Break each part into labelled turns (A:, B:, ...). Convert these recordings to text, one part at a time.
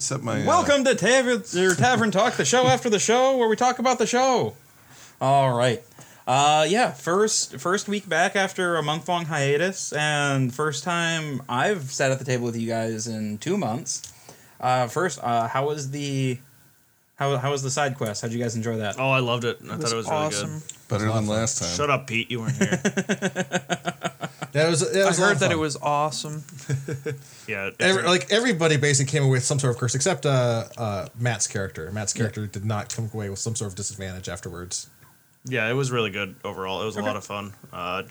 A: Except my uh,
B: Welcome to Tavern, your Tavern Talk, the show after the show where we talk about the show. All right. Uh, yeah, first first week back after a month long hiatus, and first time I've sat at the table with you guys in two months. Uh, first, uh, how was the how, how was the side quest? How'd you guys enjoy that?
C: Oh, I loved it. I thought it was really
A: better than last time.
C: good. Shut up, Pete. You weren't here.
D: That was, that
E: I
D: was a lot
E: heard
D: of
E: that it
D: fun.
E: was awesome.
C: yeah.
D: Every, like everybody basically came away with some sort of curse, except uh, uh, Matt's character. Matt's character did not come away with some sort of disadvantage afterwards.
C: yeah, it was really good overall. It was a lot of fun, uh,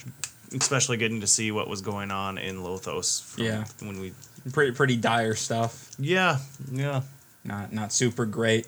C: especially getting to see what was going on in Lothos. from
B: Yeah.
C: When we.
B: Pretty pretty dire stuff.
C: Yeah. Yeah.
B: Not not super great.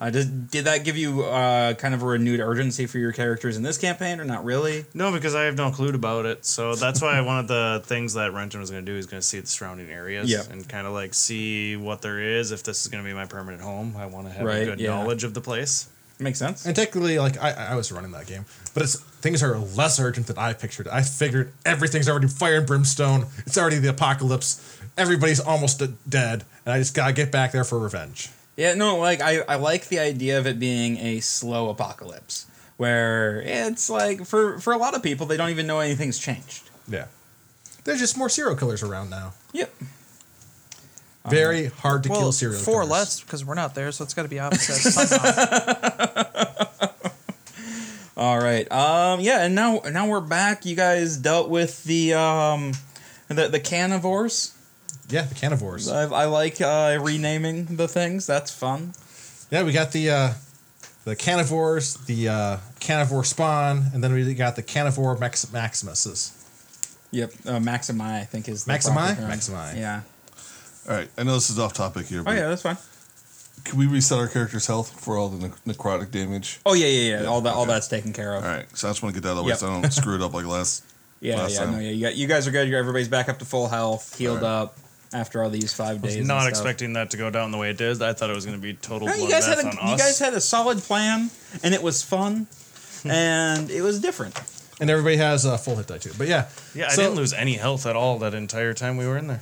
B: Uh, does, did that give you uh, kind of a renewed urgency for your characters in this campaign, or not really?
C: No, because I have no clue about it. So that's why one of the things that Renton was going to do is going to see the surrounding areas
B: Yeah.
C: and kind of like see what there is. If this is going to be my permanent home, I want to have
B: Right,
C: a good
B: yeah.
C: knowledge of the place.
B: Makes sense.
D: And technically, like I, I was running that game, but it's things are less urgent than I pictured. I figured everything's already fire and brimstone. It's already the apocalypse. Everybody's almost de- dead, and I just gotta get back there for revenge.
B: Yeah, no, like I, I like the idea of it being a slow apocalypse where it's like for for a lot of people they don't even know anything's changed.
D: Yeah, there's just more serial killers around now.
B: Yep.
C: Uh-huh.
D: Very hard to
E: Well,
D: kill serial
E: four
D: killers.
E: less because we're not there, so it's got to be opposite.
B: All right. Um yeah, and now now we're back. You guys dealt with the um the the carnivores.
D: Yeah, the carnivores.
B: I, I like uh, renaming the things. That's fun.
D: Yeah, we got the uh, the carnivores, the uh, carnivore spawn, and then we got the carnivore max- maximuses.
B: Yep. Uh, Maximi I think is the
D: Maximi?
B: proper term.
D: Maximi.
B: Yeah.
A: All right, I know this is off topic here,
B: Oh
A: but
B: yeah, that's fine.
A: can we reset our character's health for all the ne- necrotic damage?
B: Oh yeah, yeah, yeah. All that all
A: okay.
B: that's taken care of.
A: All right, so I just want to get that out of the way
B: Yep.
A: so I don't screw it up like last.
B: Yeah,
A: last
B: yeah,
A: time.
B: no, yeah. You, got, you guys are good. You're, everybody's back up to full health, healed
A: Alright.
B: up after all these five
C: I was
B: days.
C: not
B: and stuff.
C: expecting that to go down the way it did. I thought it was going to be total
B: No,
C: bloodbath
B: you guys had a
C: on
B: you
C: us.
B: guys had a solid plan, and it was fun, and it was different.
D: And everybody has a uh, full hit die too. But yeah,
C: yeah,
D: so-
C: I didn't lose any health at all that entire time we were in there.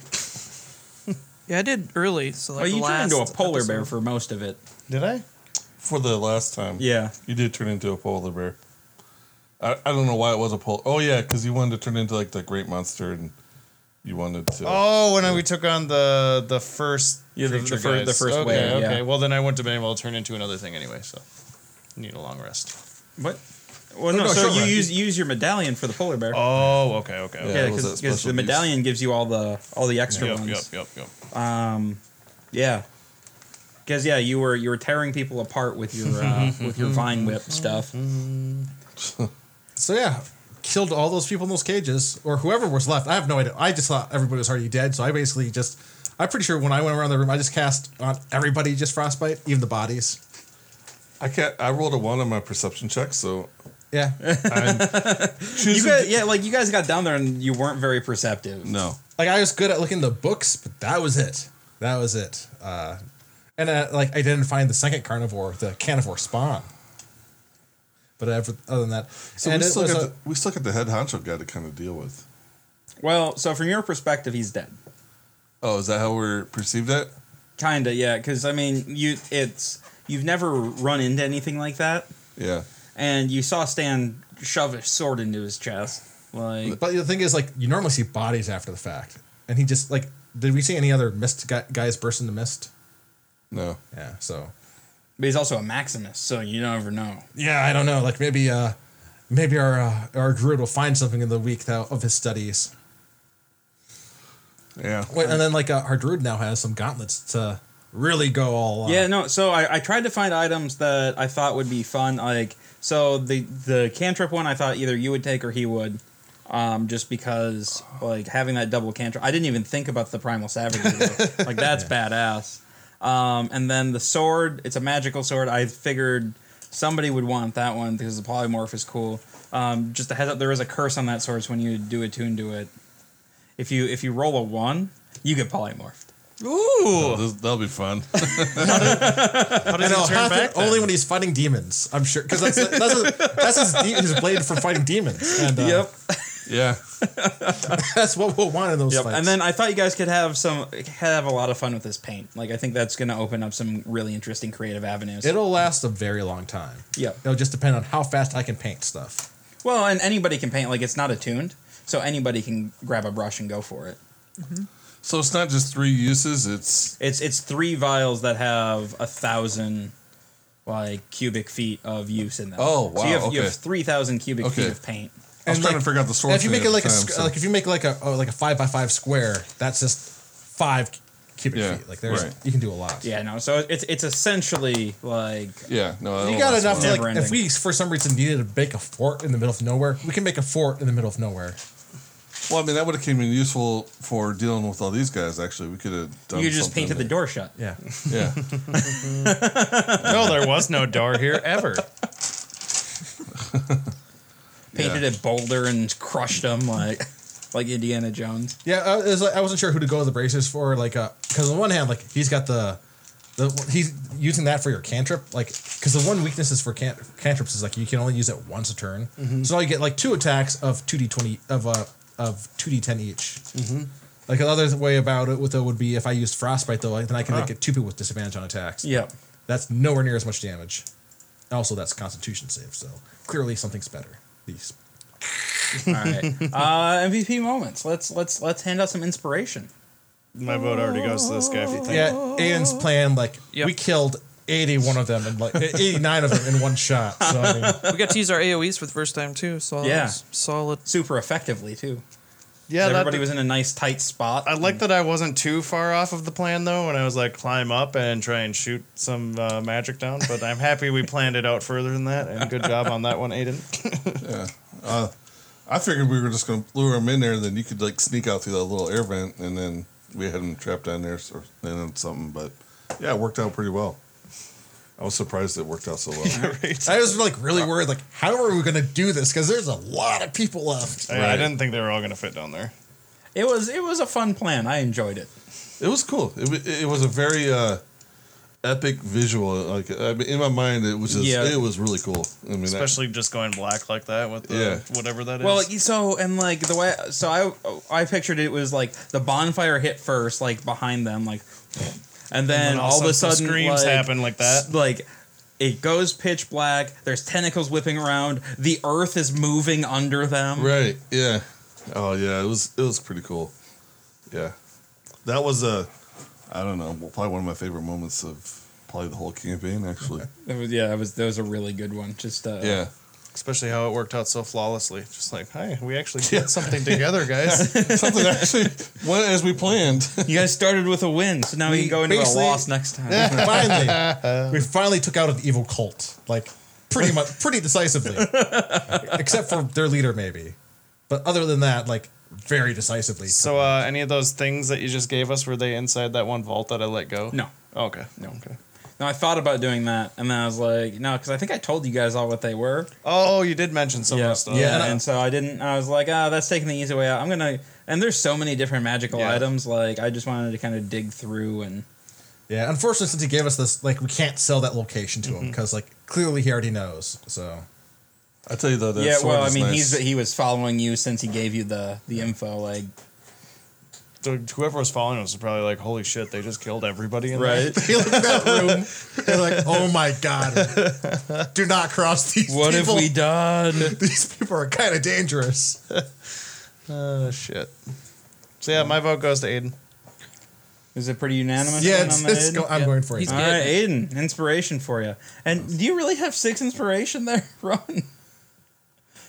E: yeah, I did early. So like
B: well, you
E: the
B: turned
E: last
B: into a polar bear
E: episode.
B: for most of it.
C: Did I?
A: For the last time,
B: Yeah,
A: you did turn into a polar bear. I, I don't know why it was a polar. Oh yeah, because you wanted to turn into like the great monster, and you wanted to.
C: Oh, when we took on the the first
B: Yeah, the- the
C: creature
B: fir- the
C: guys.
B: first
C: okay,
B: wave, yeah.
C: Okay, well then I wouldn't have been able to turn into another thing anyway. So need a long rest.
B: what? Well, no.
D: no,
B: so
D: short
B: you
D: run.
B: use use your medallion for the polar bear.
C: Oh, okay, okay, okay.
A: Yeah,
B: yeah,
A: it was that
B: because
A: special
B: the
A: use.
B: medallion gives you all the all the extra
C: Yep,
B: ones.
C: yep, yep, yep.
B: Yeah. Because yeah, you were you were tearing people apart with your uh, with your vine whip stuff.
D: So yeah, killed all those people in those cages, or whoever was left. I have no idea. I just thought everybody was already dead, so I basically just. I'm pretty sure when I went around the room, I just cast on everybody just frostbite, even the bodies.
A: I can't. I rolled a one on my perception check, so
D: Yeah,
A: I'm
B: You
A: choosing.
B: guys, yeah, like you guys got down there and you weren't very perceptive.
A: no,
D: like I was good at looking the books, but that was it. That was it. Uh, and uh, like I didn't find the second carnivore, the carnivore spawn. But ev- other than that,
A: so
D: and
A: we
D: it
A: still,
D: was
A: got
D: a-
A: the, we still got the head honcho guy to kind of deal with.
B: Well, so from your perspective, he's dead.
A: Oh, is that how we're perceived it?
B: Kinda, yeah. Because I mean, you it's you've never run into anything like that,
A: Yeah.
B: and you saw Stan shove a sword into his chest. Like,
D: But the thing is, like, you normally see bodies after the fact, and he just like, did we see any other mist guy, guys burst into mist?
A: No.
D: Yeah. So.
B: but he's also a Maximus, so you don't ever know.
D: Yeah, I don't know. Like maybe, uh maybe our uh, our druid will find something in the week that, of his studies.
A: Yeah.
D: Wait, and then like uh, our druid now has some gauntlets to really go all. Uh,
B: Yeah, no. So I, I tried to find items that I thought would be fun. Like, so the the cantrip one, I thought either you would take or he would, um, just because like having that double cantrip. I didn't even think about the primal savage. rule. like that's badass. Um, and then the sword, it's a magical sword. I figured somebody would want that one because the polymorph is cool. Um, just a heads up, there is a curse on that sword. So when you do attune to it, if you if you roll a one, you get polymorphed.
A: Oh, this, that'll be fun.
C: How
D: I
C: does
D: know,
C: it turn
D: half
C: back?
D: it- only when he's fighting demons. I'm sure because that's that's, his, that's his, de- his blade for fighting demons. And, uh,
A: Yeah.
D: That's what we'll want in those
B: Yep.
D: fights.
B: And then I thought you guys could have some have a lot of fun with this paint. Like I think that's going to open up some really interesting creative avenues.
D: it'll last a very long time.
B: Yep.
D: It'll just depend on how fast I can paint stuff.
B: Well, and anybody can paint. Like it's not attuned, so anybody can grab a brush and go for it.
A: So it's not just three uses. It's
B: It's it's three vials that have a thousand like cubic feet of use in them.
A: Oh,
B: So you
A: wow,
B: have, you
A: okay.
B: have three thousand cubic
A: Okay.
B: feet of paint.
A: I was
D: And,
A: trying to
D: like,
A: figure out the
D: And
A: source.
D: if you make it like a sc-
A: so.
D: like if you make like a oh, like a five by five square, that's just five cubic
A: Yeah,
D: feet. Like there's
A: right.
D: you can do a lot.
B: Yeah, no. So it's it's essentially like
A: yeah, no,
F: Oh,
D: If
A: that'll
D: you got
A: last a
D: enough to
A: while.
D: like
B: Never
D: if we for some reason needed to make a fort in the middle of nowhere, we can make a fort in the middle of nowhere.
A: Well, I mean, that would have came in useful for dealing with all these guys. Actually, we could have done.
B: you just
A: something
B: painted the
A: there.
B: door shut.
D: Yeah.
A: Yeah,
F: No, there was no door here ever.
B: Painted
A: Yeah.
B: it bolder and crushed them like like Indiana Jones.
D: Yeah, I, was like, I wasn't sure who to go with the braces for. Like, because on one hand, like he's got the, the he's using that for your cantrip. Like, because the one weakness is for can, cantrips is like you can only use it once a turn.
F: Mm-hmm.
D: So now you get like two attacks of two d twenty of uh of two d ten each.
F: Mm-hmm.
D: Like another way about it with it would be if I used frostbite though, like, then I can make it two people with disadvantage on attacks.
B: Yep.
D: that's nowhere near as much damage. Also, that's Constitution save. So clearly something's better. These
B: All right. Uh, MVP moments. Let's let's let's hand out some inspiration.
F: My vote already goes to this guy. If you think
D: Yeah, Aiden's plan like
E: Yep.
D: we killed eighty-one of them and like eighty-nine of them in one shot. So I mean,
E: We got to use our AoEs for the first time too. So that
B: Yeah.
E: was solid.
B: Super effectively too.
F: yeah, that,
B: Everybody was in a nice tight spot.
F: I like that I wasn't too far off of the plan though, when I was like climb up and try and shoot some uh, magic down. But I'm happy we planned it out further than that, and good job on that one, Aiden.
A: I figured we were just gonna lure him in there, and then you could like sneak out through that little air vent, and then we had him trapped down there or and then something. But yeah, it worked out pretty well. I was surprised it worked out so well.
D: I was like really worried, like how are we gonna do this? Because there's a lot of people left.
F: I, I didn't think they were all gonna fit down there.
B: It was it was a fun plan. I enjoyed it.
A: it was cool. It, wa- it was a very uh, epic visual. Like I mean, in my mind, it was just
B: Yeah.
A: it was really cool. I mean, that-
F: Especially just going black like that with the,
A: Yeah.
F: whatever that is.
B: Well, so and like the way so I I pictured it was like the bonfire hit first, like behind them, like, and then,
F: And
B: all of a
F: some
B: sudden
F: screams
B: like,
F: happen like that.
B: s- like. It goes pitch black. There's tentacles whipping around. The earth is moving under them.
A: Right. Yeah. Oh yeah. It was it was pretty cool. Yeah. That was a I don't know probably one of my favorite moments of probably the whole campaign actually.
B: That was, yeah, that was that was a really good one. Just uh,
A: yeah.
F: Especially how it worked out so flawlessly. Just like, hey, we actually did something together, guys.
A: Something actually went as we planned.
B: You guys started with a win, so now we, can go into a
D: basically-
B: loss next time.
D: finally, we finally took out an evil cult, like pretty much pretty decisively, except for their leader maybe. But other than that, like very decisively.
F: So, uh, any of those things that you just gave us were they inside that one vault that I let go? Oh,
B: No,
F: Okay.
B: No.
F: Okay.
B: no, I thought about doing that, and then I was like, no, because I think I told you guys all what they were.
F: Oh, you did mention some of
B: yeah,
F: the stuff.
B: yeah,
D: and
B: and,
D: I-
B: so I didn't. I was like, ah, that's taking the easy way out. I'm gonna. And there's so many different magical
F: Yeah.
B: items. Like I just wanted to kind of dig through and
D: yeah, unfortunately, since he gave us this, like we can't sell that location to him because like clearly he already knows. So
A: I tell you though, that
B: yeah.
A: sword
B: Well, I
A: is
B: mean,
A: nice.
B: he's he was following you since he gave you the the info. Like
F: So whoever was following us was probably like, "Holy shit! They just killed everybody in there."
D: he looked at that room, and like, oh my god, do not cross these.
B: What have
D: people.
B: we done?
D: These people are kind of dangerous.
F: Oh shit. So yeah, my vote goes to Aiden.
B: Is it pretty unanimous?
D: Yeah,
B: on
D: it's,
B: that,
D: it's
B: Aiden?
D: go, I'm
E: Yep.
D: going for it.
E: He's-
B: All right, Aiden, inspiration for you. And do you really have six inspiration there, Ron?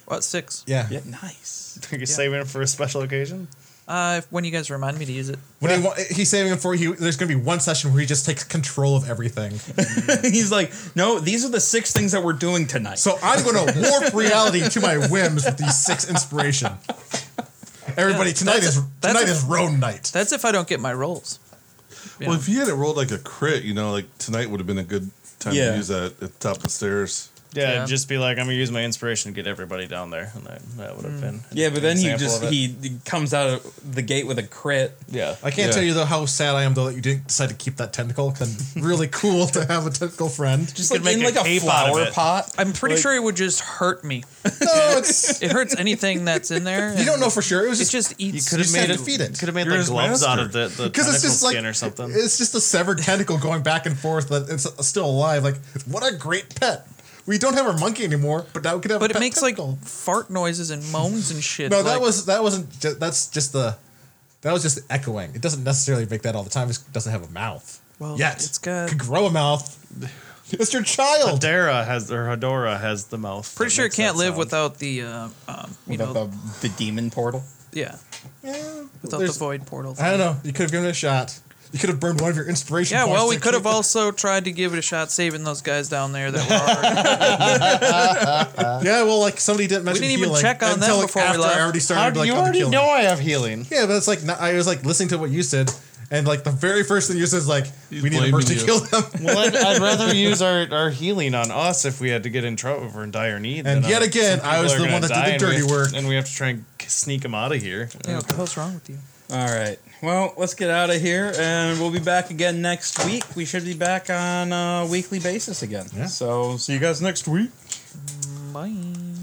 E: What six?
D: Yeah.
B: Yeah, nice.
F: Are you saving it for a special occasion?
E: Uh, if- when you guys remind me to use it.
D: When he wa- he's saving it for he, there's going to be one session where he just takes control of everything.
B: He's like, no, these are the six things that we're doing tonight.
D: So I'm going to warp reality to my whims with these six inspiration. Everybody, tonight
E: that's
D: is
E: a- that's
D: tonight
E: a-
D: is Roan night.
E: That's if I don't get my rolls. You
A: well,
E: know.
A: if he had it rolled like a crit, you know, like tonight would have been a good time
B: Yeah.
A: to use that at the top of the stairs.
F: Yeah,
E: Yeah.
F: just be like, I'm gonna use my inspiration to get everybody down there, and that, that would have
E: Hmm.
F: been. an
B: Yeah, but then he
F: example
B: just
F: of it.
B: he he comes out of the gate with a crit.
F: yeah.
D: I can't
A: Yeah.
D: tell you though how sad I am though that you didn't decide to keep that tentacle. It's been really cool to have a tentacle friend.
B: Just
C: could
B: like in
C: make
B: like
C: a
B: a
C: cape out of
B: flower
C: it.
B: pot.
E: I'm pretty sure it would just hurt me.
D: No, it's
E: It hurts anything that's in there.
D: you don't
E: and
D: know for sure. It was
E: It
D: just
E: just eats.
D: could have made it feed it
F: Could have made
A: You're
F: like
A: his
F: gloves out
A: master.
F: of the the
D: because
F: tentacle
D: it's just like
F: skin or something.
D: It's just a severed tentacle going back and forth that it's still alive. Like what a great pet. We don't have our monkey anymore, but now we could have.
E: but
D: a
E: it
D: pet
E: makes like
D: tentacle.
E: fart noises and moans and shit.
D: No, that
E: like-
D: was that wasn't. Ju- that's just the. That was just echoing. It doesn't necessarily make that all the time. It doesn't have a mouth.
E: Well,
D: yet
E: it's got-
D: could grow a mouth. It's your child.
F: Hadera has or Hedora has the mouth.
E: Pretty
F: that
E: sure it
F: makes that
E: can't live
F: sound.
E: without the, uh, um, you
B: Without
E: know,
B: the, the demon portal.
E: yeah,
D: Yeah,
E: without
D: there's-
E: the void portal.
D: I don't know. You could have given it a shot. You could have burned one of your inspiration.
E: Yeah,
D: points
E: well,
D: to
E: we could have
D: keep it.
E: also tried to give it a shot saving those guys down there that were already
D: Yeah, well, like somebody didn't mention.
E: didn't even
D: healing
E: check on that
D: until, like,
E: before we
D: after
E: left.
D: I already started.
F: How do
D: like,
F: you
D: on the
F: already
D: healing.
F: know I have healing?
D: Yeah, but it's like not, I was like listening to what you said, and like the very first thing you said is like,
A: He's
D: "We need a
A: blaming
D: mercy to
A: you.
D: kill them."
F: Well, I'd, I'd rather use our, our healing on us if we had to get in trouble or in dire need.
D: And
F: than
D: yet
F: on-
D: again,
F: some
D: I was
F: people
D: the
F: are
D: one
F: gonna
D: that did the
F: die and we
D: dirty
F: have to-
D: work.
F: and we have to try and sneak them out of here.
E: Yeah, what the hell's wrong with you?
B: All right. Well, let's get out of here, and we'll be back again next week. We should be back on a weekly basis again.
D: Yeah.
B: So, see you guys next week.
E: Bye.